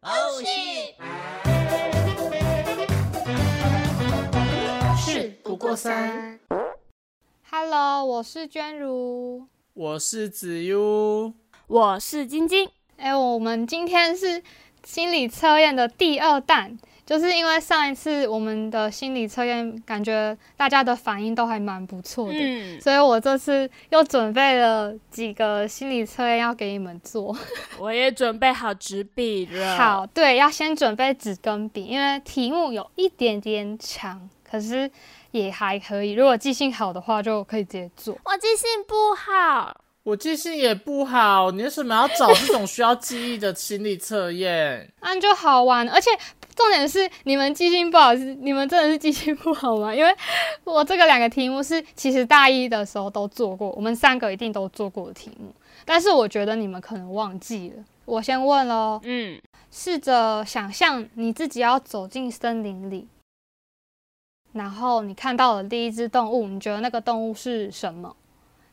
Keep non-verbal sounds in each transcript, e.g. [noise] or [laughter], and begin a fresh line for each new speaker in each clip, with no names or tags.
哦过三。
Hello，我是娟如。
我是子悠，
我是晶晶，
哎、我们今天是心理测验的第二弹，就是因为上一次我们的心理测验，感觉大家的反应都还蛮不错的。
嗯，
所以我这次又准备了几个心理测验要给你们做。
[laughs] 我也准备好纸笔了。，
好，对，要先准备纸跟笔，因为题目有一点点长，可是也还可以。如果记性好的话，就可以直接做。
我记性不好，
我记性也不好，你为什么要找这种需要记忆的心理测验？ [laughs]
按就好玩，而且重点是你们记性不好是你们真的是记性不好吗？因为我这个两个题目是其实大一的时候都做过，我们三个一定都做过的题目，但是我觉得你们可能忘记了。我先问喽，
嗯，
试着想象你自己要走进森林里，然后你看到了第一只动物，你觉得那个动物是什么？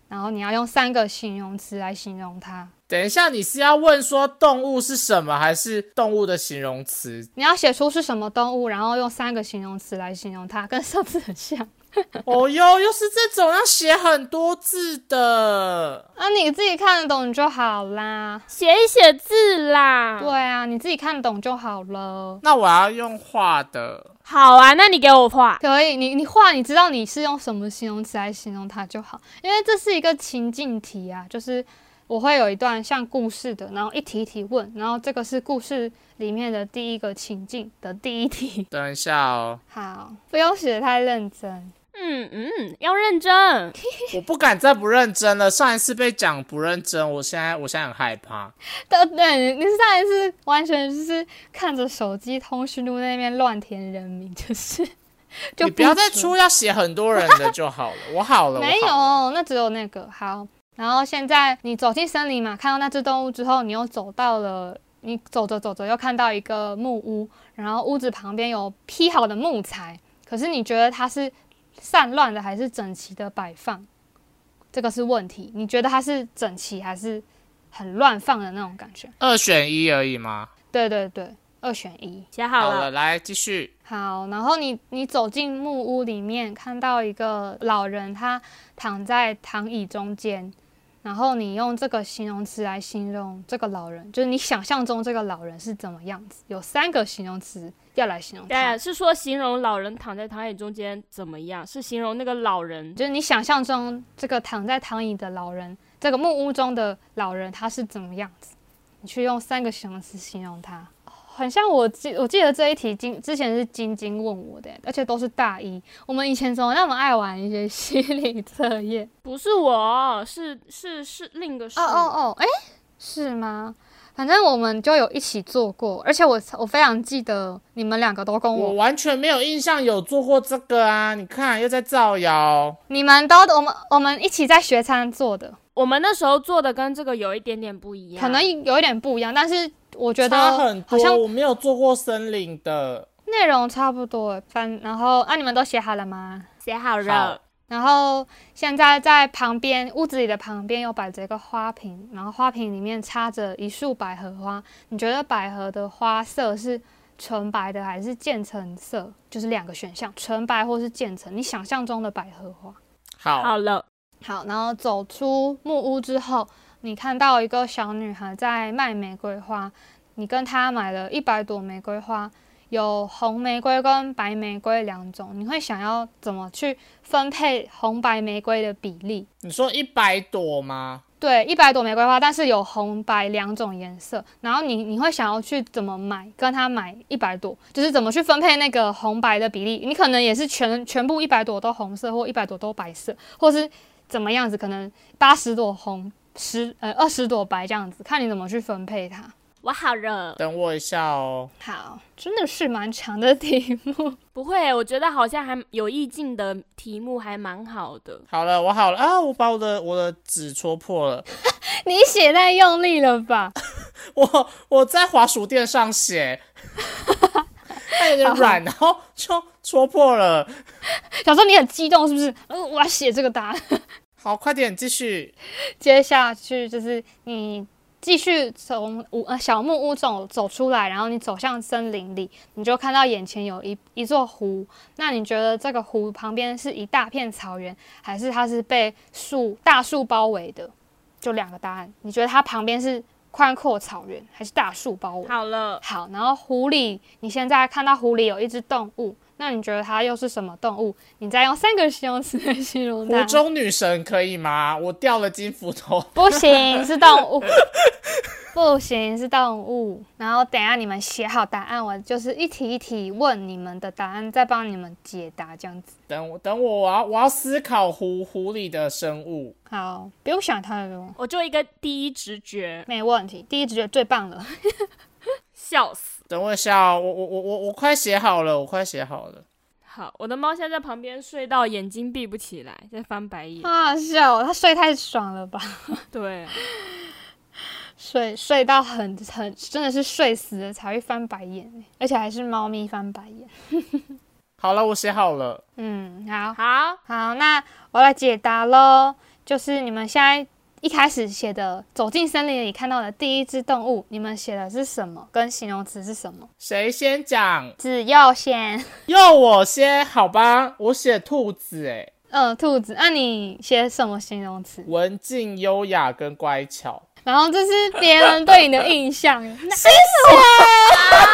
然后你要用三个形容词来形容它。
等一下，你是要问说动物是什么，还是动物的形容词？ [laughs]
你要写出是什么动物，然后用三个形容词来形容它，跟上次很像。
哦哟，又是这种要写很多字的。
啊，你自己看得懂就好啦。
写一写字啦。
对，啊，你自己看得懂就好了。
那我要用画的。
好啊，那你给我画。
可以，你你画，你知道你是用什么形容词来形容它就好，因为这是一个情境题啊，就是我会有一段像故事的，然后一题一题问，然后这个是故事里面的第一个情境的第一题。 [laughs]
等一下哦，
好，不用写得太认真。
嗯嗯，要认真。
我不敢再不认真了。上一次被讲不认真，我现在我现在很害怕。
对对，你你上一次完全就是看着手机通讯录那边乱填人名，就是 [laughs] 就
你不要再
准
出要写很多人的就好了。我好了，我
没
好了
有，那只有那个好。然后现在你走进森林嘛，看到那只动物之后，你又走到了，你走着走着又看到一个木屋，然后屋子旁边有劈好的木材，可是你觉得它是散乱的还是整齐的摆放？这个是问题，你觉得它是整齐还是很乱放的那种感觉？
二选一而已吗？
对对对，二选一。
[laughs] 写好
好了
了，
来继续。
好，然后你你走进木屋里面，看到一个老人，他躺在躺椅中间，然后你用这个形容词来形容这个老人，就是你想象中这个老人是怎么样子，有三个形容词要来形容
对
他
啊，，是说形容老人躺在躺椅中间怎么样？是形容那个老人
就是你想象中这个躺在躺椅的老人，这个木屋中的老人他是怎么样子，你去用三个形容词形容他。很像我记，我记得这一题金之前是晶晶问我的，而且都是大一。我们以前怎么那么爱玩一些心理测验？
不是我，是是是另一个是。
哦哦哦，哎，是吗？反正我们就有一起做过，而且我我非常记得你们两个都跟
我
我，
完全没有印象有做过这个啊！你看又在造谣，
你们都我们我们一起在学餐做的，
我们那时候做的跟这个有一点点不一样，
可能有一点不一样，但是我觉
差很
得
多。
好像
我没有做过森林的，
内容差不多。反然后啊，你们都写好了吗？
写好
好
了。
然后现在在旁边屋子里的旁边又摆着一个花瓶，然后花瓶里面插着一束百合花。你觉得百合的花色是纯白的还是渐层色？就是两个选项，纯白或是渐层。你想象中的百合花。
好，
好了，
好，然后走出木屋之后，你看到一个小女孩在卖玫瑰花，你跟她买了一百朵玫瑰花，有红玫瑰跟白玫瑰两种，你会想要怎么去分配红白玫瑰的比例？
你说一百朵吗？
对，一百朵玫瑰花，但是有红白两种颜色，然后你你会想要去怎么买？跟她买一百朵，就是怎么去分配那个红白的比例？你可能也是全全部一百朵都红色，或一百朵都白色，或是怎么样子？可能八十朵红，十呃二十朵白这样子，看你怎么去分配它。
我好了。
等我一下哦。
好，真的是蛮长的题目。 [laughs]
不会，我觉得好像还有意境的题目还蛮好的。
好了，我好了啊！我把我的我的纸戳破了，
你写太用力了吧？ [laughs]
我我在滑鼠垫上写， [laughs] 它有点软，然后就戳破了。
想说你很激动是不是？呃，我要写这个答案。
好，快点继续。
接下去就是你继续从屋呃小木屋走走出来，然后你走向森林里，你就看到眼前有一一座湖。那你觉得这个湖旁边是一大片草原，还是它是被树大树包围的？就两个答案，你觉得它旁边是宽阔草原，还是大树包围？
好了，
好，然后湖里，你现在看到湖里有一只动物，那你觉得它又是什么动物？你再用三个形容词来形容它
湖。中女神可以吗？我掉了金斧头， [laughs]
不行，是动物。 [laughs] 不行，是动物。然后等一下你们写好答案，我就是一题一题问你们的答案，再帮你们解答这样子。
等我等我，我要我要思考湖湖里的生物。
好，不用想太多，
我就一个第一直觉，
没问题。第一直觉最棒了。
笑死。
等我一下哦、我我我我我快写好了，我快写好了。
好，我的猫现在在旁边睡到眼睛闭不起来，在翻白眼。
啊，笑，他睡太爽了吧？
对，
睡睡到很很，真的是睡死了才会翻白眼，而且还是猫咪翻白眼。
好了，我写好了。
嗯，好。
好，
好，那我来解答喽。就是你们现在一开始写的“走进森林里看到的第一只动物”，你们写的是什么？跟形容词是什么？
谁先讲？
只要 [laughs] 先，
要我先，好吧？我写兔子、欸，
嗯，兔子。那、你写什么形容词？
文静、优雅跟乖巧。
然后这是别人对你的印象，哪
谢谢。
啊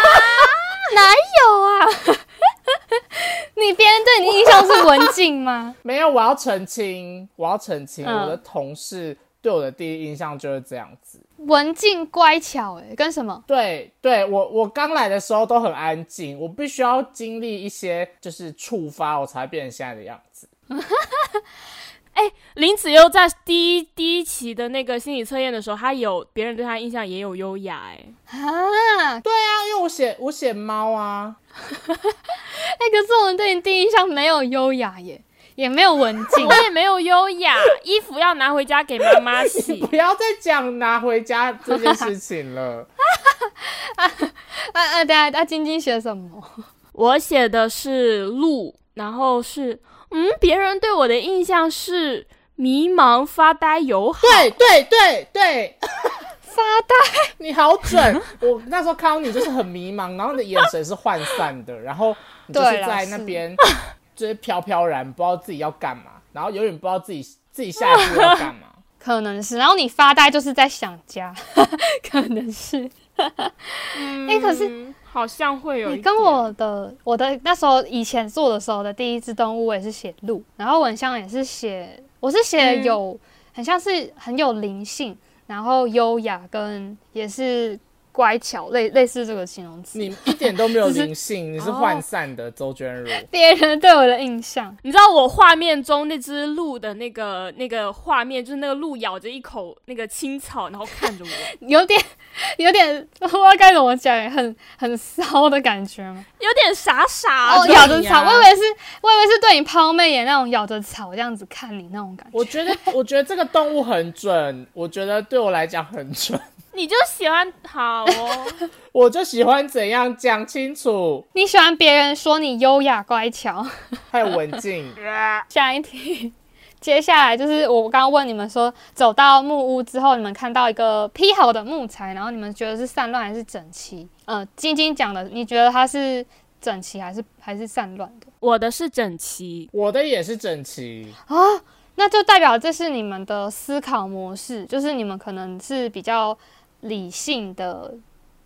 [laughs] 哪有啊？ [laughs] 你别人对你的印象是文静吗？
没有，我要澄清，我要澄清，
嗯
我的同事对我的第一印象就是这样子。
文静乖巧、欸，跟什么？
对，对我我刚来的时候都很安静，我必须要经历一些就是触发，我才变成现在的样子。
林子悠在第一第一期的那个心理测验的时候，他有别人对他印象也有优雅、哎，
啊，
对啊，因为我写我写猫啊，
哎、可是我们对你第一印象没有优雅耶，也没有文静 [laughs] 啊
我，也没有优雅，衣服要拿回家给妈妈
[laughs]
洗。
不要再讲拿回家这件事情
[laughs]
了。
啊啊，对啊，啊，晶晶写什么？
我写的是路，然后是嗯，别人对我的印象是迷茫、发呆、友好。
对对对对，
发呆，
你好准！我那时候看到你就是很迷茫，然后你的眼神是涣散的，然后你就是
对啦
在那
是 [laughs]
边就是飘飘然，不知道自己要干嘛，然后永远不知道自己自己下一步要干嘛。
可能是。然后你发呆就是在想家， [laughs] 可能是。
嗯
诶可是
好像会有一
你跟
点
我的我的那时候以前做的时候的第一只动物，我也是写鹿，然后蚊香也是写，我是写
嗯
有、很像是很有灵性，然后优雅跟也是乖巧，类类似这个形容词。
你一点都
[laughs]
没有
就是
灵性，你是
哦
涣散的周娟如。
别人对我的印象，
你知道我画面中那只鹿的那个那个画面，就是那个鹿咬着一口那个青草，然后看着我，
有点 [laughs] 有点 [laughs] 不知道该怎么讲，很很骚的感觉吗？
[laughs] 有点傻啊傻
哦，
的。
咬着草，
呀
我以为是，我以为是对你抛媚眼那种咬着草这样子看你那种感觉。
我觉得，我觉得这个动物很准，我觉得对我来讲很准。 [laughs]
你就喜欢好哦，
我就喜欢怎样讲清楚，
你喜欢别人说你优雅乖巧。 [laughs]
还有文
[laughs]
静。
下一题，接下来就是我刚刚问你们说，走到木屋之后，你们看到一个劈好的木材，然后你们觉得是散乱还是整齐？呃，晶晶讲的，你觉得它是整齐还是还是散乱的？
[laughs] 我的是整齐，
我的也是整齐，
啊那就代表这是你们的思考模式，就是你们可能是比较理性的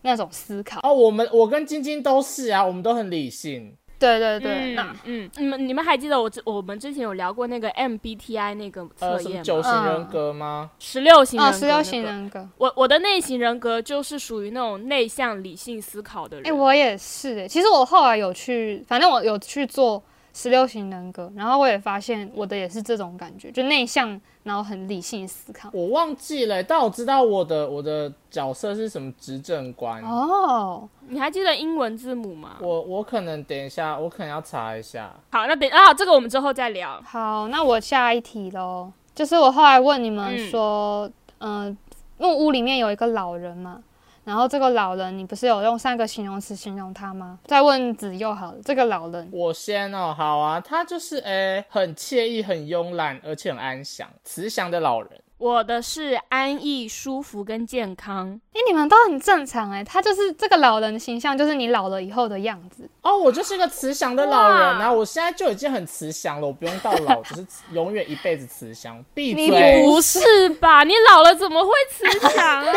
那种思考。
哦，我们我跟晶晶都是啊，我们都很理性。
对对对，
嗯
那
嗯，你们你们还记得我之我们之前有聊过那个 MBTI 那个测
呃，什么
验
九
吗？
型人格吗？
哦十六型人
啊，
格、
十六型。人格。
我我的内型人格就是属于那种内向、理性思考的人。
哎、我也是哎、其实我后来有去，反正我有去做十六型人格，然后我也发现我的也是这种感觉，就内向，然后很理性思
嗯
考。
我忘记了，但我知道我的我的角色是什么执政官。
哦，
你还记得英文字母吗？
我我可能等一下，我可能要查一下。
好，那等啊，这个我们之后再聊。
好，那我下一题喽，就是我后来问你们
嗯
说，嗯、木屋里面有一个老人嘛，然后这个老人你不是有用三个形容词形容他吗？再问子佑好了，这个老人
我先哦，好啊，他就是诶、很惬意、很慵懒，而且很安详、慈祥的老人。
我的是安逸、舒服跟健康。
哎、你们都很正常哎、他就是这个老人的形象，就是你老了以后的样子。
哦，我就是个慈祥的老人啊！
哇
我现在就已经很慈祥了，我不用到老，只是永远一辈子慈祥。闭
你
嘴！
不是吧？你老了怎么会慈祥 [laughs] 啊？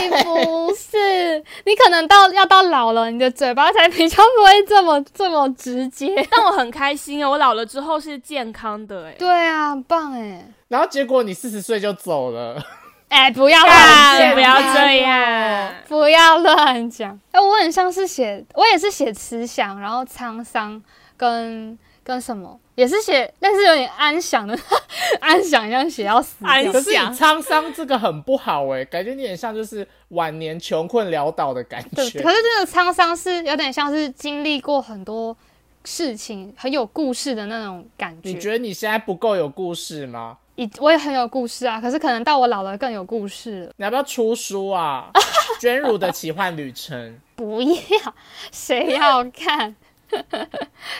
你不是，嗯 [laughs] 你可能到要到老了，你的嘴巴才比较不会这么这么直接。
但我很开心啊！我老了之后是健康的、欸，
对啊，很棒哎、
然后结果你四十岁就走了，
哎、不要乱
哎，
讲，
不要这样。
不要乱讲。哎、我很像是写，我也是写慈祥，然后沧桑跟跟什么，也是写，但是有点安详的， [laughs] 安详一样写要死掉。
安
可是你
想
沧桑这个很不好哎、感觉你很像就是晚年穷困潦倒的感
对，
觉
可。是这个沧桑是有点像是经历过很多事情，很有故事的那种感觉。
你觉得你现在不够有故事吗？
以我也很有故事啊，可是可能到我老了更有故事了。
你要不要出书啊？娟如的奇幻旅程。
不要，谁要看？ [laughs] 好了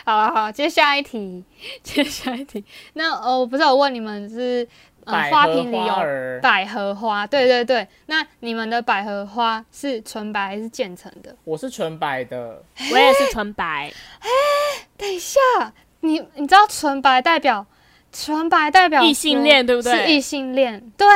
好了，啊接下一题，接下一题。那呃，我不是有问你们是、呃、
百
花
合
瓶里有
花儿，
百合花，对对对。那你们的百合花是纯白还是渐层的？
我是纯白的，
我也是纯白，
等一下，你你知道纯白代表纯白代表
异性恋对不对
是异性恋，对。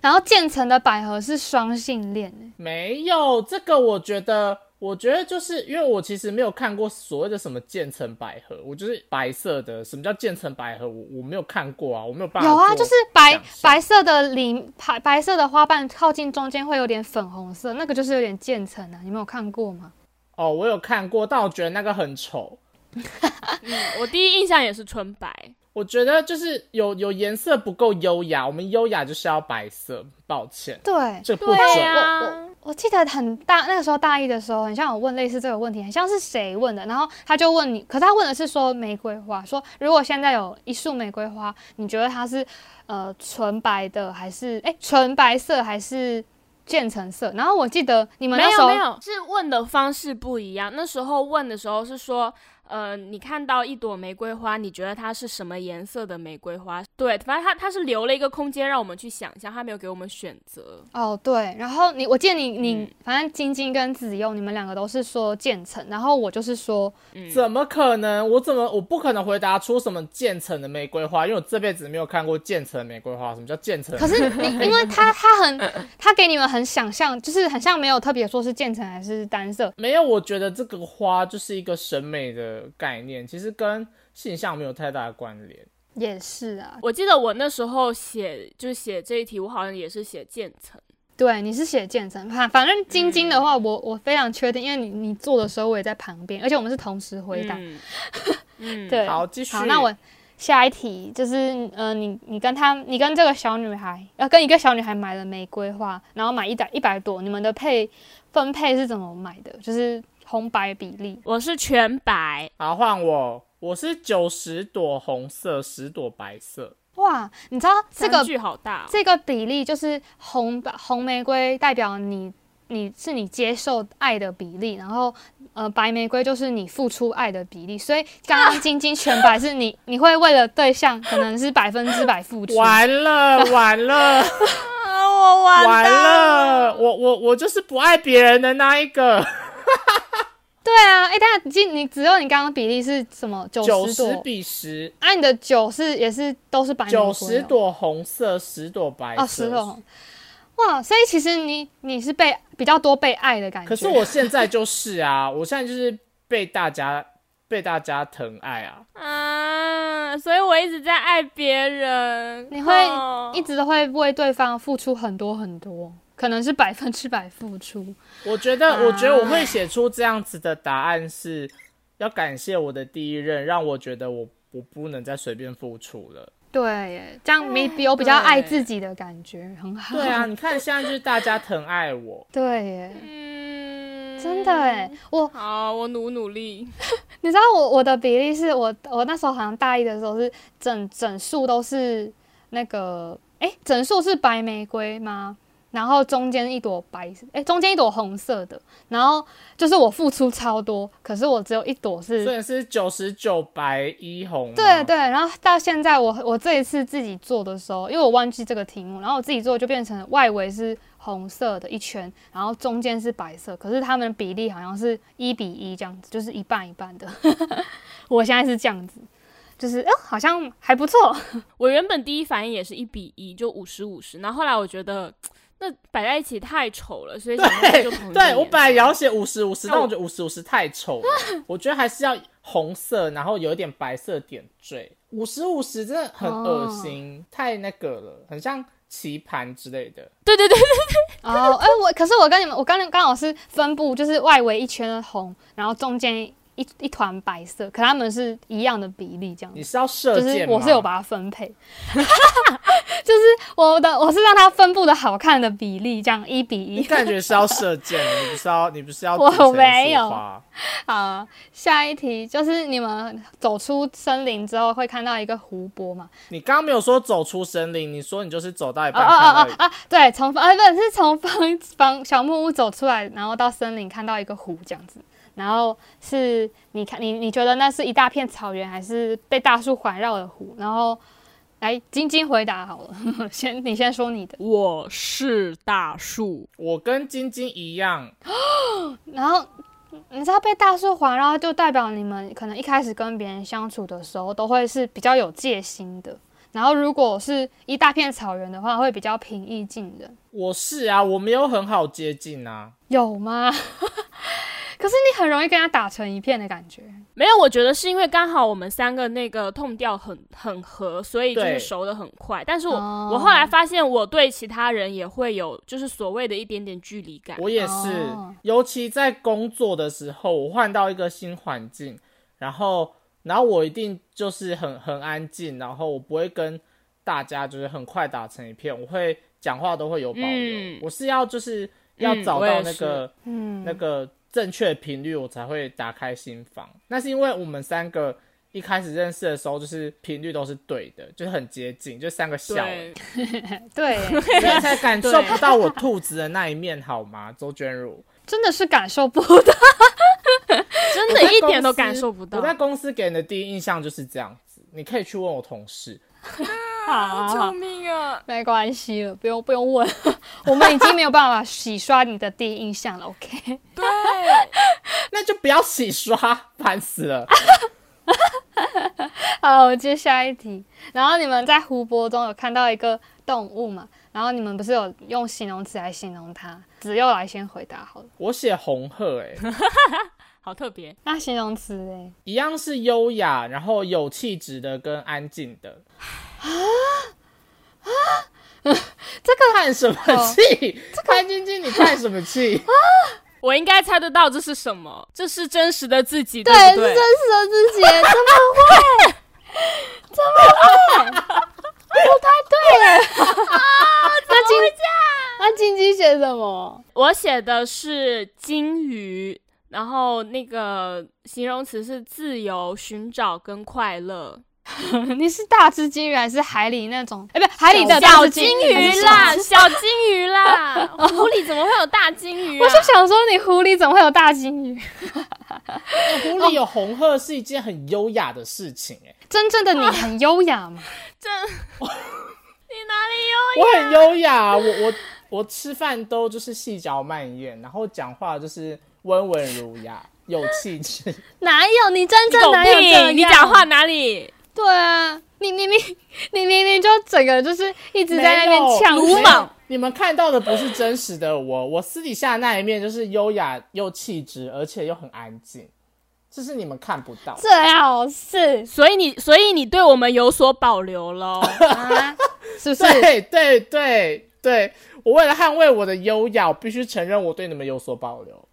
然后渐层的百合是双性恋，
没有这个，我觉得，我觉得就是因为我其实没有看过所谓的什么渐层百合，我就是白色的。什么叫渐层百合？我我没有看过啊，我没有办法
有
做。
啊，就是白
想象
白色的里白白色的花瓣靠近中间会有点粉红色，那个就是有点渐层啊。你们有看过吗？
哦，我有看过，但我觉得那个很丑。
嗯我第一印象也是纯白。
我觉得就是有有颜色不够优雅，我们优雅就是要白色。抱歉，
对，
这不准。
对
我
啊，
我记得很大那个时候大一的时候，很像我问类似这个问题，很像是谁问的，然后他就问你，可是他问的是说玫瑰花，说如果现在有一束玫瑰花，你觉得它是呃纯白的还是哎纯白色还是渐层色？然后我记得你们
没
那时候
有没有，是问的方式不一样。那时候问的时候是说，呃，你看到一朵玫瑰花，你觉得它是什么颜色的玫瑰花？对，反正它它是留了一个空间让我们去想象，它没有给我们选择。
哦，对，然后你，我记得你，你、
嗯
反正晶晶跟子佑，你们两个都是说渐层，然后我就是说，
嗯，
怎么可能？我怎么我不可能回答出什么渐层的玫瑰花，因为我这辈子没有看过渐层的玫瑰花。什么叫渐层？
可是你，因为他他
[laughs]
很，他给你们很想象，就是很像没有特别说是渐层还是单色，
没有，我觉得这个花就是一个审美的概念，其实跟性向没有太大的关联。
也是啊，
[laughs] 我记得我那时候写就是写这一题，我好像也是写渐层。
对，你是写渐层，反反正晶晶的话，
嗯
我我非常确定，因为你你做的时候我也在旁边，而且我们是同时回答，
嗯， [laughs] 嗯
对，
好，继续。
好，那我下一题就是，呃，你你跟她，你跟这个小女孩，呃，跟一个小女孩买了玫瑰花，然后买一百一百朵，你们的配分配是怎么买的？就是红白比例。
我是全白，
好换我，我是九十朵红色，十朵白色。
哇，你知道这个
差距好大哦、
这个比例就是红吧红玫瑰代表你你是你接受爱的比例，然后呃白玫瑰就是你付出爱的比例，所以刚刚晶晶全白是你 [laughs] 你会为了对象可能是百分之百付出。
完了，完
[laughs]
了，
啊，我完
完了！我我我就是不爱别人的那一个，
对啊，哎、但你你只有你刚刚比例是什么九
九
十
十
朵？
比十，
啊，你的九是也是都是白玫瑰、
九
哦，
十朵红色，十朵白色。
哦，十朵。哇，所以其实你你是被比较多被爱的感觉。
可是我现在就是啊，我现在就是被大家被大家疼爱啊。
啊，所以我一直在爱别人。
你会
哦
一直都会为对方付出很多很多，可能是百分之百付出。
我觉
啊
得，我觉得我会写出这样子的答案是，要感谢我的第一任，让我觉得我我不能再随便付出了。
对耶，这样没有比较爱自己的感觉，很好。
对啊，你看现在就是大家疼爱我，
对耶，
嗯
真的哎，我
好，我努努力。
你知道我我的比例是我我那时候好像大一的时候是整整数都是那个哎、整数是白玫瑰吗？然后中间一朵白色，哎，中间一朵红色的，然后就是我付出超多，可是我只有一朵是
所以是九十九白一红。
对，对，然后到现在我我这一次自己做的时候，因为我忘记这个题目，然后我自己做就变成外围是红色的一圈，然后中间是白色，可是它们比例好像是一比一这样子，就是一半一半的。 [laughs] 我现在是这样子，就是哦、好像还不错。
我原本第一反应也是一比一，就五十五十，然后后来我觉得那摆在一起太丑了，所以想说就统一
对，对我本来也
摇。
要写五十五十，
那
但
我
我觉得五十五十太丑了，
[laughs]
我觉得还是要红色，然后有一点白色点缀。五十五十真的很恶
哦
心，太那个了，很像棋盘之类的。
对对对，
哦，哎、我可是我跟你们，我刚刚好是分布，就是外围一圈红，然后中间一一团白色，可它们是一样的比例这样子
你。是要射
就
箭
是
吗？
我是有把它分配， [laughs] 就是我的我是让它分布的好看的比例，这样一比
[laughs] 你
一。
感觉是要射箭的，你不是要， [laughs] 你不是要组
我
成一束
没有
花
好，下一题就是你们走出森林之后会看到一个湖泊嘛？
你刚刚没有说走出森林，你说你就是走到一
哦
半
哦
看到
哦
一
哦啊！对，从啊不是是从房房小木屋走出来，然后到森林看到一个湖这样子。然后是你看你你觉得那是一大片草原，还是被大树环绕的湖？然后来晶晶回答好了， [laughs] 先你先说你的。
我是大树，
我跟晶晶一样，
然后你知道被大树环绕，就代表你们可能一开始跟别人相处的时候，都会是比较有戒心的。然后如果是一大片草原的话，会比较平易近人，
我是啊，我没有很好接近啊。
有吗？ [laughs] 可是你很容易跟他打成一片的感觉。
没有，我觉得是因为刚好我们三个那个痛调很很合，所以就是
对
熟的很快。但是我、
哦
我后来发现，我对其他人也会有就是所谓的一点点距离感。
我也是，
哦
尤其在工作的时候，我换到一个新环境，然后，然后我一定就是很很安静，然后我不会跟大家就是很快打成一片，我会讲话都会有保留。
嗯
我是要就是要
嗯
找
我也
到那个、
嗯，
那个正确频率，我才会打开心房。那是因为我们三个一开始认识的时候，就是频率都是对的，就是很接近，就三个笑人。
对，
对，
所以才感受
对
不到我兔子的那一面，好吗？周娟如，
真的是感受不到。
[laughs] 真
我在
的一
公
点都
司
感受不到。
我在公司给人的第一印象就是这样子，你可以去问我同事。
好好好，
命 [laughs] 啊！
[laughs] 没关系了，不用不用问， [laughs] 我们已经没有办法洗刷你的第一印象了。OK，
对，
那就不要洗刷，烦死
[laughs]
了。
[laughs] 好，我接下一题。然后你们在湖泊中有看到一个动物嘛？然后你们不是有用形容词来形容它？子佑来先回答好了。
我写红鹤、欸，哎，
[laughs] 好特别。
那形容词嘞？
一样是优雅，然后有气质的跟安静的。
哦
这个叹什么气？ [laughs] 潘晶晶，你叹什么气？
我应该猜得到这是什么？这是真实的自己，
对，
不
是真实
对？
的自己，怎么会？ [laughs] [laughs] 怎么会？不太对了。啊那金那金鸡写什么？
我写的是金鱼，然后那个形容词是自由、寻找跟快乐。
[laughs] 你是大只金鱼还是海里那种？哎，不，海里的大
小
只
金
还
鱼
是
[laughs] 啦，小金鱼啦，湖里怎么会有大金鱼、啊？
我就想说，你湖里怎么会有大金鱼？
哎湖里有红鹤是一件很优雅的事情、欸，
真正的你很优雅嘛？
这，你哪里有？
我很优雅，啊我我我吃饭都就是细嚼慢咽，然后讲话就是温文儒雅，有气质。
[laughs] 哪有你真
你
正
[laughs] 狗
哪有这样？
屁！你讲话哪里？
对啊，你明明你明明就整个就是一直在那
没
边
有
抢
鲁莽。
你们看到的不是真实的我，我私底下那一面就是优雅又气质，而且又很安静，这是你们看不到。
最好是
所以你，所以你对我们有所保留喽？
[laughs] 啊，是不是？
对对对对，我为了捍卫我的优雅，我必须承认我对你们有所保留。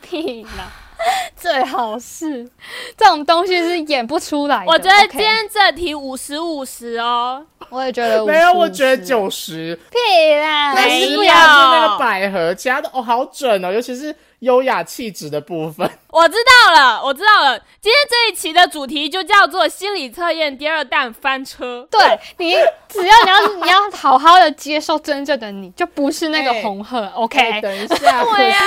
屁啦， [laughs] 最好是这种东西是演不出来的。
我觉得
哎 OK
今天这题五十五十哦。
我也觉得
没有，
55
我觉得九十，
屁啦，
那
没
十
有
秒是那个百合，其他的哦好准哦，尤其是优雅气质的部分。
我知道了，我知道了。今天这一期的主题就叫做心理测验第二弹翻车。
对你，只要你要你 [laughs] 要好好的接受真正的你，就不是那个
哎
红鹤。
哎
OK，
[laughs]
啊
等一下，
对呀、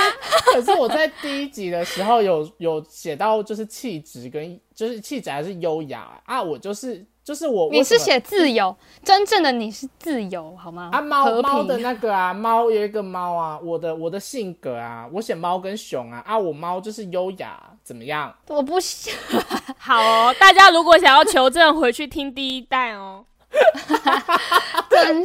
可是我在第一集的时候有有写到，就是气质跟就是气质还是优雅啊，我就是就是我
你是
为什么
写自由，真正的你是自由，好吗？
啊猫
和
猫的
平。
那个啊，猫有一个猫啊，我的我的性格啊，我写猫跟熊啊啊，我猫就是优雅，怎么样？
我不喜
好哦，大家如果想要求证，回去听第一弹哦。
真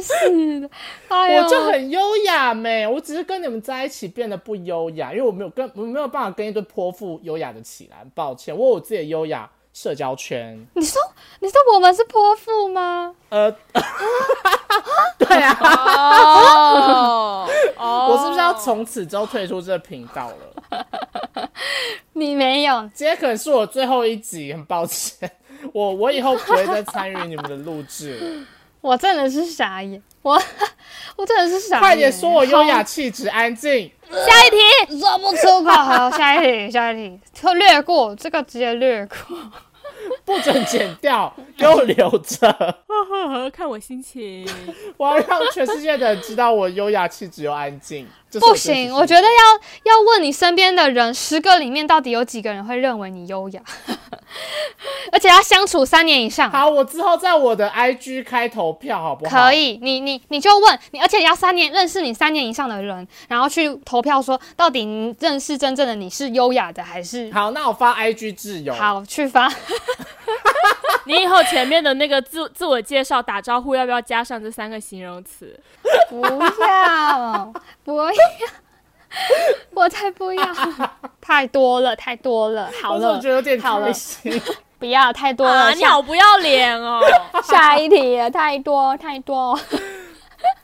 [laughs]
是的，哎呦
我就很优雅没，我只是跟你们在一起变得不优雅，因为我没有跟我没有办法跟一对泼妇优雅的起来，抱歉，我有我自己的优雅社交圈。
你说你说我们是泼妇吗？
呃， [laughs]
哦，哦
啊我是不是要从此之后退出这个频道了？
你没有，
今天可能是我最后一集，很抱歉， [laughs] 我我以后不会再参与你们的录制
[laughs]
了。
我真的是傻眼，我 [laughs] 我真的是傻眼。
快点说我优雅气质安静，
下一题？
说不出口。好，下一题，下一题，就略过这个，直接略过。
不准剪
[laughs]
掉，给我留着， [laughs]
看我心情。
我要让全世界的人知道我优雅气质又安静。这是
不
最
行，
喜
我
欢
觉得要要问你身边的人，十个里面到底有几个人会认为你优雅， [laughs] 而且要相处三年以上。
好，我之后在我的 IG 开投票好不好？
可。以，你你你就问你，而且你要三年认识你三年以上的人，然后去投票说到底你认识真正的你是优雅的还是
好，那我发 IG 自由。，
好去发。
[laughs] 你以后前面的那个自自我介绍打招呼，要不要加上这三个形容词？
不要，不要， [laughs] 我才不要，太多了，太多了，好
我怎么
了
觉，得有点
好了
开心？ [laughs]
不要太多了，
啊，你
下
好不要脸哦！ [laughs]
下一题了，太多 [laughs] 太多，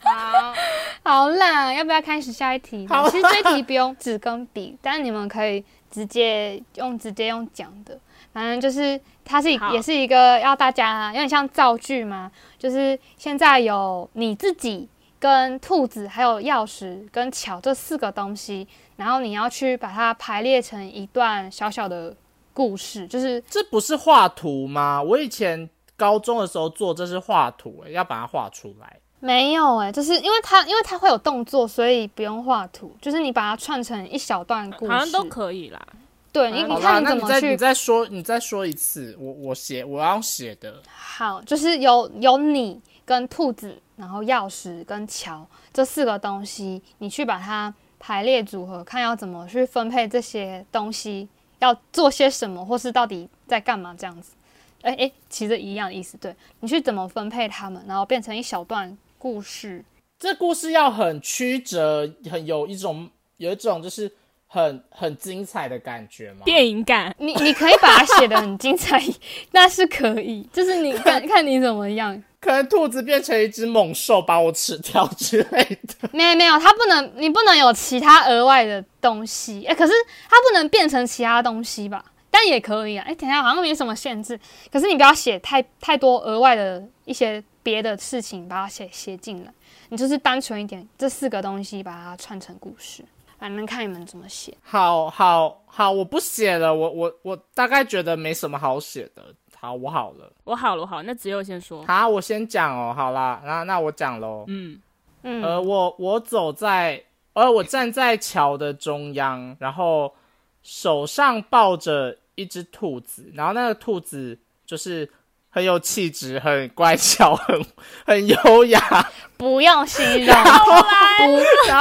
好，
[laughs] 好啦，要不要开始下一题呢？
好啊
其实这一题不用纸跟笔，但是你们可以直接用直接用讲的，反正就是它是一
好
也是一个要大家有点像造句嘛，就是现在有你自己。跟兔子、还有钥匙、跟巧这四个东西，然后你要去把它排列成一段小小的故事，就是
这不是画图吗？我以前高中的时候做这是画图、欸要把它画出来。
没有哎、就是因为它因为它会有动作，所以不用画图，就是你把它串成一小段故事，
好像都可以啦。
对你
好
你
好啦，
看
那
怎
你
么
再你
去
再说，你再说一次，我我写我要写的。
好，就是有有你跟兔子，然后钥匙跟桥这四个东西，你去把它排列组合，看要怎么去分配这些东西，要做些什么，或是到底在干嘛这样子。哎哎，其实一样意思，对你去怎么分配它们，然后变成一小段故事。
这故事要很曲折，很有一种有一种就是很很精彩的感觉吗？
电影感，
你你可以把它写的很精彩， [laughs] 那是可以，就是你
[laughs]
看看你怎么样。
可能兔子变成一只猛兽把我吃掉之类的。
没有没有，它不能，你不能有其他额外的东西。哎、可是它不能变成其他东西吧？但也可以啊。哎、等一下好像没什么限制，可是你不要写太太多额外的一些别的事情，把它写写进来。你就是单纯一点，这四个东西把它串成故事，反正看你们怎么写。
好好好，我不写了，我我我大概觉得没什么好写的。好，我好了。
我好了，我好，那只有先说。
好，我先讲哦。好啦，那那我讲喽。
嗯，
嗯，
呃，我我走在，呃，我站在桥的中央，然后手上抱着一只兔子，然后那个兔子就是很有气质，很乖巧，很 [laughs] 很优雅。
不用形
[laughs]
容，
然
不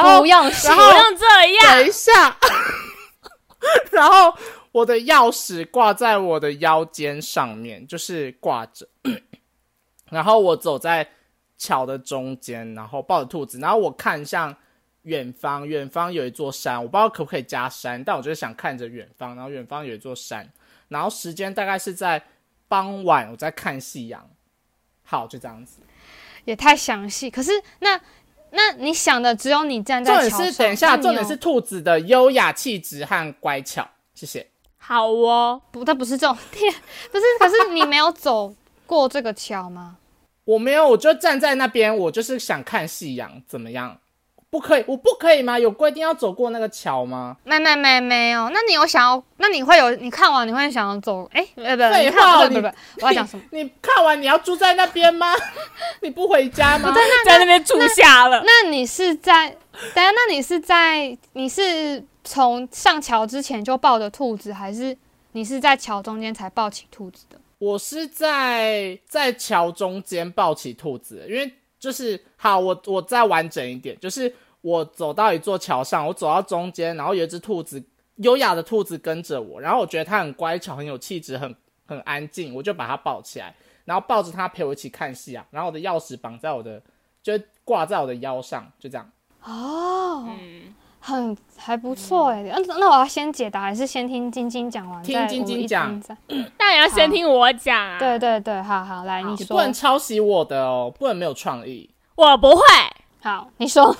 后
不用形
不
容，
用这样，
等一下， [laughs] 然后我的钥匙挂在我的腰间上面，就是挂着。 [clears throat] 然后我走在桥的中间，然后抱着兔子，然后我看向远方，远方有一座山，我不知道可不可以加山，但我就是想看着远方，然后远方有一座山，然后时间大概是在傍晚，我在看夕阳。好，就这样子。
也太详细。可是那那你想的只有你站
重
在桥
点
上，
是，等一下，
那你
重点
有
是兔子的优雅气质和乖巧。谢谢。
好哦。
不，它不是重点， [laughs] 不是。可是你没有走过这个桥吗？
我没有，我就站在那边，我就是想看夕阳，怎么样？不不可以，我不可以吗？有规定要走过那个桥吗？
没没没没有，那你有想要？那你会有？你看完你会想要走？哎、呃不不，
废
你看
话
不不不，不我要讲什么？
你？你看完你要住在那边吗？ [laughs] 你不回家吗？
在那边住下了。
[laughs] 那你是在，等一下，那你是在，你是从上桥之前就抱着兔子，还是你是在桥中间才抱起兔子的？
我是在在桥中间抱起兔子，因为就是好，我我再完整一点，就是我走到一座桥上，我走到中间，然后有一只兔子，优雅的兔子跟着我，然后我觉得它很乖巧，很有气质，很很安静，我就把它抱起来，然后抱着它陪我一起看戏啊，然后我的钥匙绑在我的，就挂在我的腰上，就这样。
哦，
嗯，
很还不错哎、那那我要先解答，还是先听晶晶讲完？
听
再
晶
我
晶
一
讲
边再，
那也要先听我讲啊。
对，对对，好好来，你
你
说
不能抄袭我的哦，不能没有创意。
我不会。
好，你说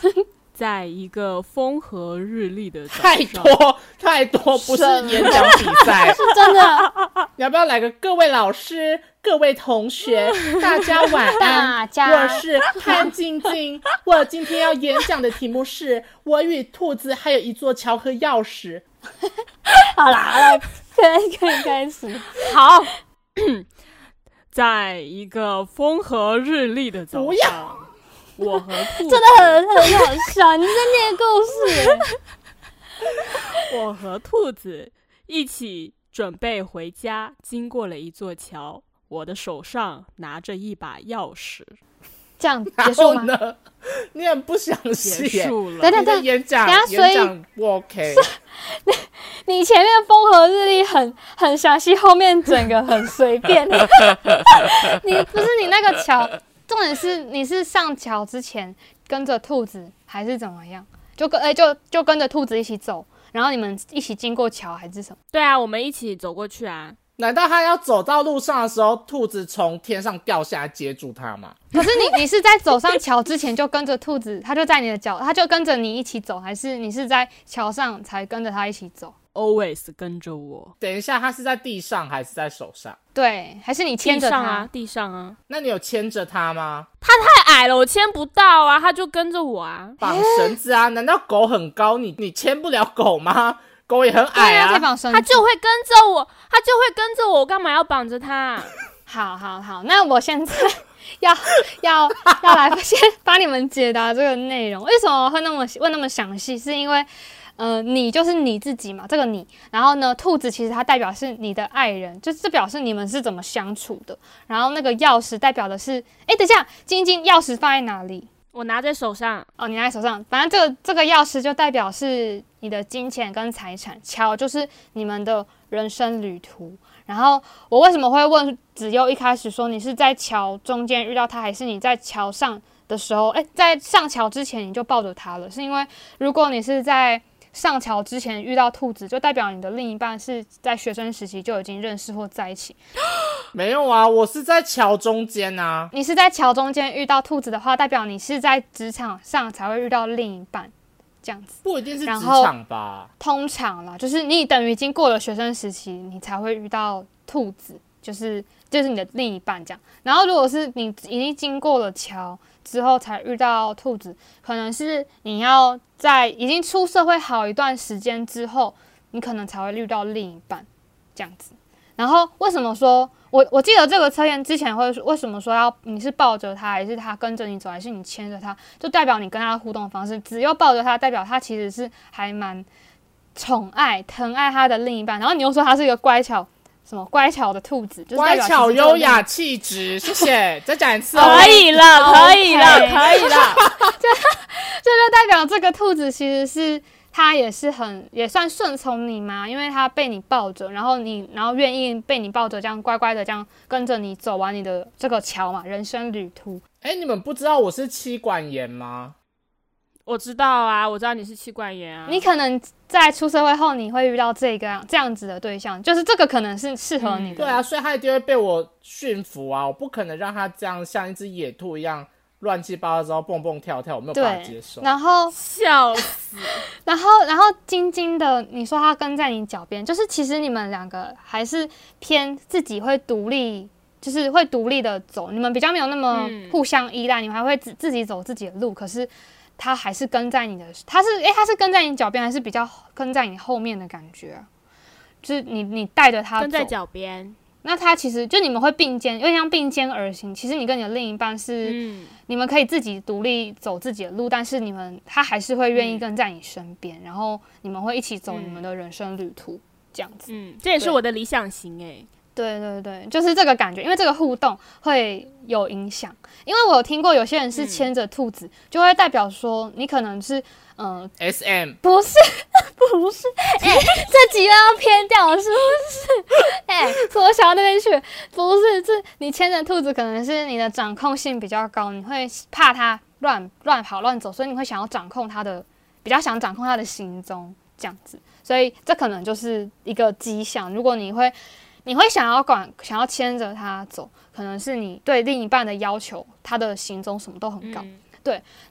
在一个风和日丽的
啊
早
太
上，
多太多，不是
什么
演讲比赛。
真的，
你要不要来个各位老师、各位同
[laughs]
学，大家晚安？
大 [laughs] 家
我是潘静静，我今天要演讲的题目是“我与兔子还有一座桥和钥
[laughs]
匙
好啦，好 [laughs] 啦，可以可以开始。
好， [coughs] 在一个风和日丽的早
不
上，我和
真
兔子，
的很很好笑，你在念故 [laughs] 事欸，
我和兔子一起准备回家，经过了一座桥，我的手上拿着一把钥匙，
这样”。结
然
束
后
吗？
呢？你很不详细
结
耶。
束了
等。
你
等
的
等，
演讲
等下所以
演讲不
[laughs]
OK，
你前面风和日丽很很详细，后面
[laughs]
整个很随便。 [laughs] 你不是你那个桥，重点是你是上桥之前跟着兔子还是怎么样？就跟哎、就就跟着兔子一起走，然后你们一起经过桥还是什么？
对啊，我们一起走过去啊。
难道他要走到路上的时候，兔子从天上掉下来接住他吗？
可是你你是在走上桥之前就跟着兔子，它就在你的脚，它就跟着你一起走，还是你是在桥上才跟着它一起走？
Always 跟着我，
等一下，他是在地上还是在手上？
对，还是你牵
地
着它？
上啊，地上啊，
那你有牵着他吗？
太矮了，我牵不到啊，他就跟着我啊。
绑绳子啊？难道狗很高，你你牵不了狗
[laughs]
吗？狗也很
对
矮
啊，在绑绳子。
他哎就会跟着我，他就会跟着我，我干嘛要绑着他？啊
好好好，那我现在 [laughs] 要要要来先帮你们解答这个内容。为什么会那么问那么详细？是因为，呃，你就是你自己嘛，这个你。然后呢，兔子其实它代表是你的爱人，就是这表示你们是怎么相处的。然后那个钥匙代表的是，哎，等一下，晶晶钥匙放在哪里？
[laughs] 我拿在手上，
哦，你拿在手上。反正这个这个钥匙就代表是你的金钱跟财产，桥就是你们的人生旅途。然后我为什么会问子悠一开始说你是在桥中间遇到他，还是你在桥上的时候？哎，在上桥之前你就抱着他了，是因为如果你是在上桥之前遇到兔子，就代表你的另一半是在学生时期就已经认识或在一起。
没有啊，我是在桥中间啊。
你是在桥中间遇到兔子的话，代表你是在职场上才会遇到另一半，这样子。
不一定是
然
职
后
场吧？
通常啦，就是你等于已经过了学生时期，你才会遇到兔子，就是就是你的另一半这样。然后如果是你已经经过了桥之后才遇到兔子，可能是你要在已经出社会好一段时间之后，你可能才会遇到另一半这样子。然后为什么说
[laughs]
我我记得这个测验之前会说为什么说要你是抱着他，还是他跟着你走，还是你牵着他，就代表你跟他的互动方式。只要抱着他，代表他其实是还蛮宠爱、疼爱他的另一半。然后你又说他是一个乖巧什么乖巧的兔子，啊就是代
乖巧
表其实这个
优
另一
雅气质，谢
[laughs]
谢。再讲一次哦。
哎
可以了，可以了，
OK
可以了。
这就代表这个兔子其实是它也是很也算顺从你嘛，因为它被你抱着，然后你然后愿意被你抱着，这样乖乖的这样跟着你走完你的这个桥嘛，人生旅途。
哎、你们不知道我是妻管严吗？
我知道啊，我知道你是妻管严
嗯
啊。
你可能在出社会后，你会遇到这个这样子的对象，就是这个可能是适合你的。
对啊，所以他一定会被我驯服啊！我不可能让他这样像一只野兔一样乱七八糟蹦蹦跳跳，我没有嗯办法接
对
受。
然后
笑死， [laughs]
然后，然后晶晶的，你说她跟在你脚边，就是其实你们两个还是偏自己会独立，就是会独立的走，你们比较没有那么
嗯
互相依赖，你们还会自自己走自己的路。可是它还是跟在你的，它是诶，它是跟在你脚边，还是比较跟在你后面的感觉啊、就是你你带着它
跟在
走，
脚边，
那它其实就你们会并肩，有点像并肩而行。其实你跟你的另一半是、
嗯，
你们可以自己独立走自己的路，但是你们他还是会愿意
嗯
跟在你身边，然后你们会一起走你们
嗯
的人生旅途，这样子。
嗯，这也是
对
我的理想型哎。
对对对，就是这个感觉，因为这个互动会有影响。因为我有听过有些人是
嗯
牵着兔子，就会代表说你可能是嗯、呃
S M
不是不是，哎、这集又要偏掉了是不是？哎、 [laughs] 缩小到那边去，不是，这你牵着兔子可能是你的掌控性比较高，你会怕它乱乱跑乱走，所以你会想要掌控它的，比较想掌控它的行踪这样子，所以这可能就是一个迹象。如果你会你会想要管，想要牵着它走，可能是你对另一半的要求，他的行踪什么都很高。
嗯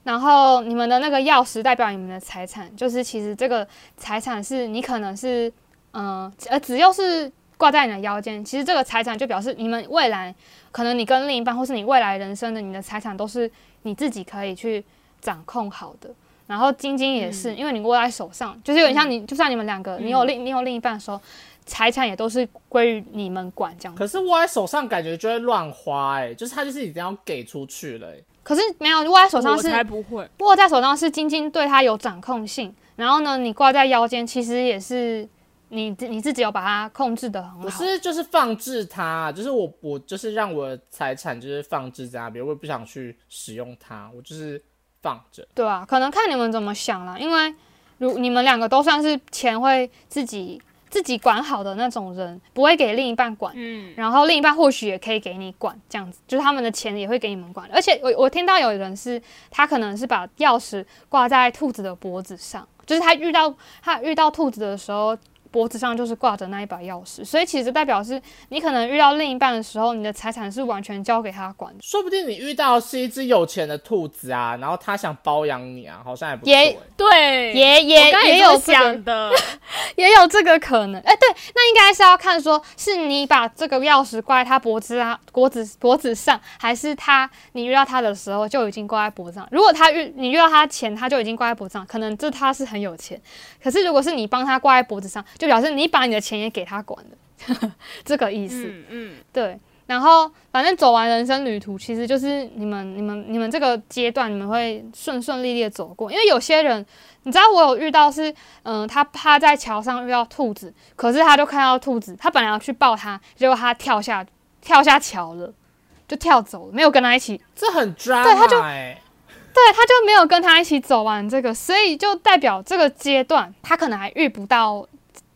然后你们的那个钥匙代表你们的财产，就是其实这个财产是你可能是，嗯、呃，只要是挂在你的腰间，其实这个财产就表示你们未来可能你跟另一半或是你未来人生的你的财产都是你自己可以去掌控好的。然后晶晶也是，
嗯
因为你握在手上，就是有点像你，就算你们两个，你有另你有另一半的时候，财产也都是归于你们管这样子。
可是握在手上感觉就会乱花、欸，哎，就是它就是已经要给出去了、欸，
可是没有握在手上
我
是
才不会，
握在手上是晶晶对它有掌控性，然后呢，你挂在腰间其实也是你自你自己有把它控制的很
不
好。
是就是放置它，啊就是我我就是让我的财产就是放置在那边，我也不想去使用它，我就是放着。
对啊，可能看你们怎么想啦，因为如你们两个都算是钱会自己自己管好的那种人，不会给另一半管。
嗯，
然后另一半或许也可以给你管，这样子，就是他们的钱也会给你们管。而且我我听到有人是，他可能是把钥匙挂在兔子的脖子上，就是他遇到他遇到兔子的时候，脖子上就是挂着那一把钥匙，所以其实代表是你可能遇到另一半的时候，你的财产是完全交给他管的。
说不定你遇到的是一只有钱的兔子啊，然后它想包养你啊，好像也不错、
也
欸。
对，
也也
我刚才
也
这么
有这个
想的，
[laughs] 也有这个可能。哎、对，那应该是要看说是你把这个钥匙挂在他脖子啊脖子脖子上，还是他你遇到他的时候就已经挂在脖子上。如果他遇你遇到他前他就已经挂在脖子上，可能这他是很有钱。可是如果是你帮他挂在脖子上，就表示你把你的钱也给他管了， [laughs] 这个意思。
嗯嗯，
对，然后反正走完人生旅途，其实就是你们、你们、你们这个阶段，你们会顺顺利利的走过。因为有些人，你知道我有遇到是，嗯、他趴在桥上遇到兔子，可是他就看到兔子，他本来要去抱它，结果他跳下跳下桥了，就跳走了，没有跟他一起
这很抓、欸，
对它就对，哎他就没有跟他一起走完这个，所以就代表这个阶段他可能还遇不到。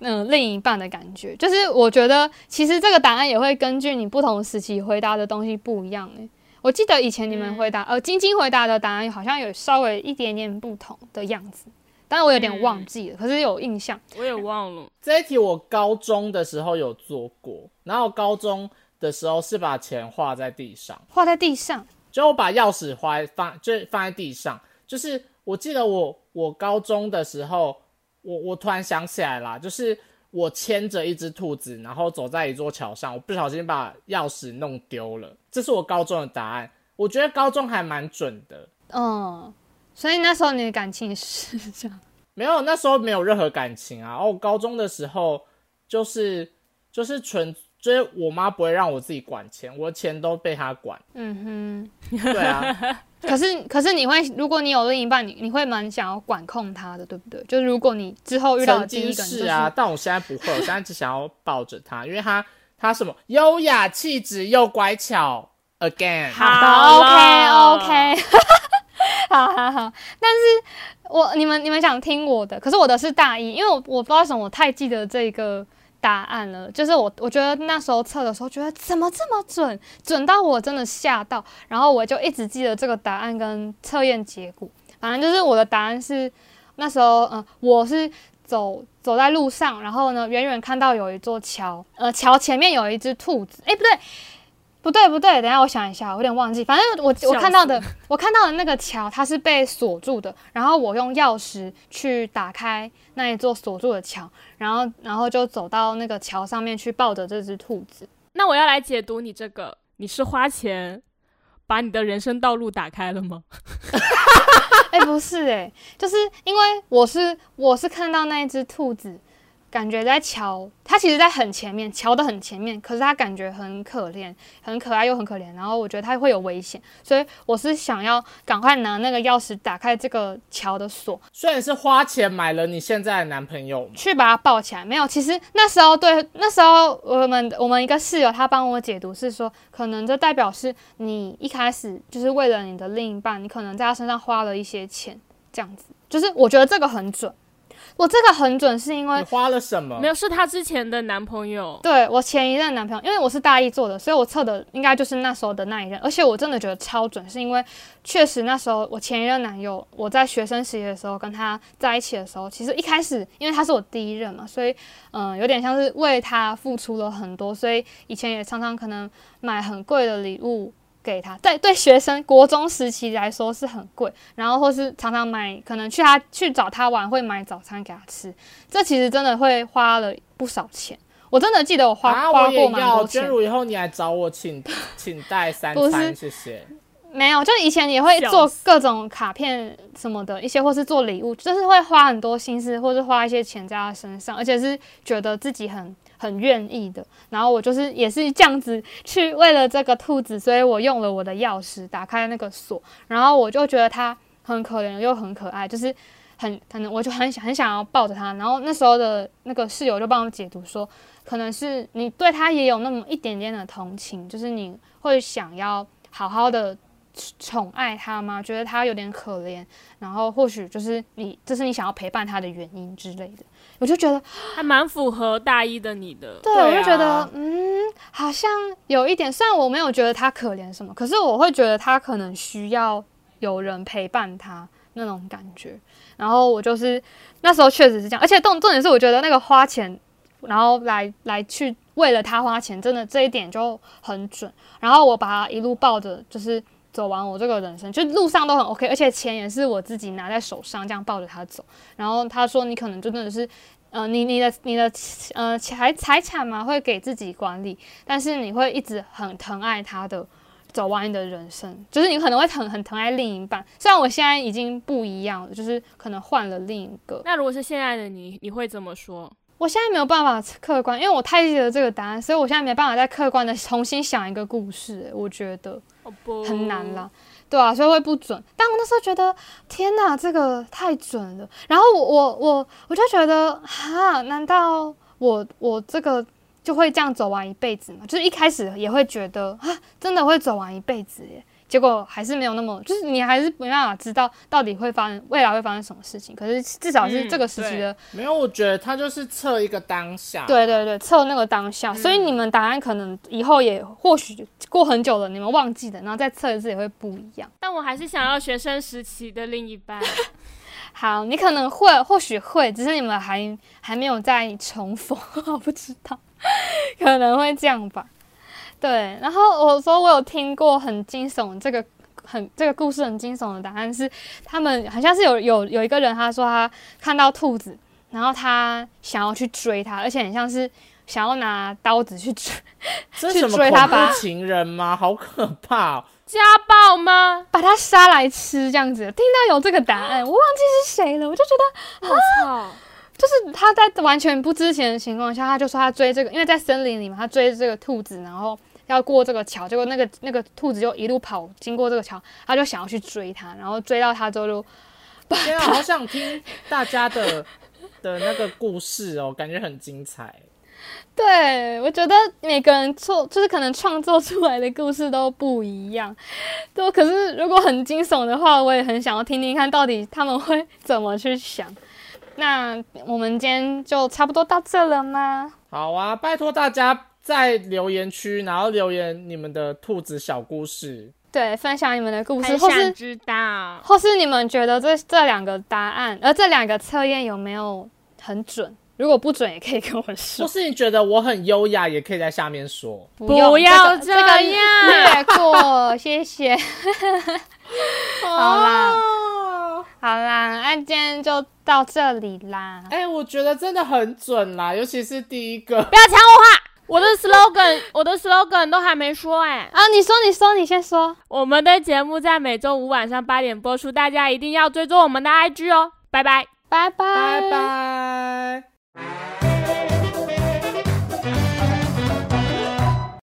嗯、另一半的感觉，就是我觉得其实这个答案也会根据你不同时期回答的东西不一样、欸。我记得以前你们回答，呃，晶晶回答的答案好像有稍微一点点不同的样子，但是我有点忘记了，可是有印象。
我也忘了，
这一题我高中的时候有做过，然后高中的时候是把钱画在地上。
画在地上，
就我把钥匙花放就是放在地上，就是我记得我我高中的时候，我我突然想起来啦，就是我牵着一只兔子，然后走在一座桥上，我不小心把钥匙弄丢了，这是我高中的答案。我觉得高中还蛮准的，
嗯，所以那时候你的感情是这样，
没有那时候没有任何感情啊。哦，高中的时候就是就是纯就是我妈不会让我自己管钱，我的钱都被她管。
嗯哼。
对啊，
[laughs] 可是，可是你会，如果你有另一半，你你会蛮想要管控他的，对不对？就是如果你之后遇到的
曾
第一
经
个人、就是
啊，，但我现在不会，我现在只想要抱着他，因为他他什么优雅气质又乖巧，again，
好
好
了
啊，OK OK，好好好。但是我你们你们想听我的，可是我的是大一，因为我我不知道为什么我太记得这个答案了，就是我我觉得那时候测的时候，觉得怎么这么准，准到我真的吓到，然后我就一直记得这个答案跟测验结果。反正就是我的答案是那时候，嗯、我是走走在路上，然后呢，远远看到有一座桥，呃，桥前面有一只兔子，哎，不对，不对，不对，等一下我想一下，我有点忘记，反正我我
笑
看到的，我看到的那个桥它是被锁住的，然后我用钥匙去打开那一座锁住的桥，然后然后就走到那个桥上面去抱着这只兔子。
那我要来解读你这个，你是花钱把你的人生道路打开了吗？
哎、不是哎、就是因为我是我是看到那一只兔子，感觉在瞧，它其实在很前面，瞧得很前面，可是它感觉很可怜，很可爱又很可怜，然后我觉得它会有危险，所以我是想要赶快拿那个钥匙打开这个桥的锁，
虽然是花钱买了你现在的男朋友嘛，
去把它抱起来。没有，其实那时候对，那时候我们我们一个室友他帮我解读是说，可能这代表是你一开始就是为了你的另一半，你可能在他身上花了一些钱，这样子。就是我觉得这个很准，我这个很准是因为
你花了什么？
没有，是她之前的男朋友。
对我前一任男朋友，因为我是大一做的，所以我测的应该就是那时候的那一任，而且我真的觉得超准，是因为确实那时候我前一任男友，我在学生时期的时候跟他在一起的时候，其实一开始因为他是我第一任嘛，所以嗯、呃有点像是为他付出了很多，所以以前也常常可能买很贵的礼物。给他，对对，学生国中时期来说是很贵，然后或是常常买，可能去他去找他玩会买早餐给他吃，这其实真的会花了不少钱。我真的记得我花、
啊，
花
我
过
也
蛮
要
多
娟
钱，
如，以后你来找我
[laughs]
请请带三
不是
餐，谢谢。
没有，就以前也会
笑
做
死
各种卡片什么的一些，或是做礼物，就是会花很多心思，或是花一些钱在他身上，而且是觉得自己很很愿意的。然后我就是也是这样子去为了这个兔子，所以我用了我的钥匙打开那个锁，然后我就觉得它很可怜又很可爱，就是很可能我就很想很想要抱着它。然后那时候的那个室友就帮我解读说，可能是你对它也有那么一点点的同情，就是你会想要好好的。宠爱它吗？觉得它有点可怜，然后或许就是你，这是你想要陪伴它的原因之类的。我就觉得
还蛮符合大一的你的。
对，
对
我就觉得
啊，
嗯，好像有一点，虽然我没有觉得他可怜什么，可是我会觉得他可能需要有人陪伴他那种感觉。然后我就是那时候确实是这样，而且重重点是我觉得那个花钱，然后来来去为了他花钱，真的这一点就很准。然后我把他一路抱着，就是走完我这个人生，就路上都很 OK，而且钱也是我自己拿在手上这样抱着他走。然后他说你可能真的是。呃，你你的你的呃财财产嘛，会给自己管理，但是你会一直很疼爱他的，走完你的人生，就是你可能会很很疼爱另一半。虽然我现在已经不一样了，就是可能换了另一个，
那如果是现在的你，你会怎么说？
我现在没有办法客观，因为我太记得这个答案，所以我现在没办法再客观的重新想一个故事、我觉得
哦不，
很难啦。。对啊，所以会不准。但我那时候觉得，天哪，这个太准了。然后我我我我就觉得，哈，难道我我这个就会这样走完一辈子吗？就是一开始也会觉得，啊，真的会走完一辈子耶。结果还是没有那么，就是你还是没办法知道到底会发生未来会发生什么事情。可是至少是
嗯
这个时期
对
的
没有，我觉得他就是测一个当下。
对对对，测那个当下，所以你们答案可能以后也或许过很久了，你们忘记的，然后再测一次也会不一样。
但我还是想要学生时期的另一半。 [laughs]
好，你可能会，或许会，只是你们还还没有再重逢， [laughs] 我不知道，可能会这样吧。对，然后我说我有听过很惊悚这个。很这个故事很惊悚的答案是，他们好像是有有有一个人，他说他看到兔子，然后他想要去追它，而且很像是想要拿刀子去追，
这是
去
什么
追
恐
他吧
怖情人吗？好可怕、哦！
家暴吗？
把它杀来吃这样子。听到有这个答案，我忘记是谁了，我就觉得
我操！ [laughs]
就是他在完全不知情的情况下，他就说他追这个，因为在森林里嘛，他追这个兔子，然后要过这个桥，结果那个那个兔子就一路跑经过这个桥，他就想要去追它，然后追到它之后就
天啊，好想听大家的的那个故事哦，感觉很精彩。
对，我觉得每个人创就是可能创作出来的故事都不一样，对。可是如果很惊悚的话，我也很想要听听看到底他们会怎么去想。那我们今天就差不多到这了吗？
好啊，拜托大家在留言区，然后留言你们的兔子小故事。
对，分享你们的故事，
很
或
想
是
知道。
或是你们觉得这这两个答案，呃，这两个测验有没有很准？如果不准，也可以跟我
就
说。
是你觉得我很优雅，也可以在下面说。
不用
不要
这个
这样
个略过，谢 [laughs] 谢。好啦，
啊
好啦，那今天就到这里啦。
哎、我觉得真的很准啦，尤其是第一个。
不要抢我话，我的 slogan slogan，我的 slogan 都还没说哎。
啊，你说，你说，你先说。
我们的节目在每周五晚上八点播出，大家一定要追踪我们的 IG 哦。拜拜。
拜拜，
拜拜。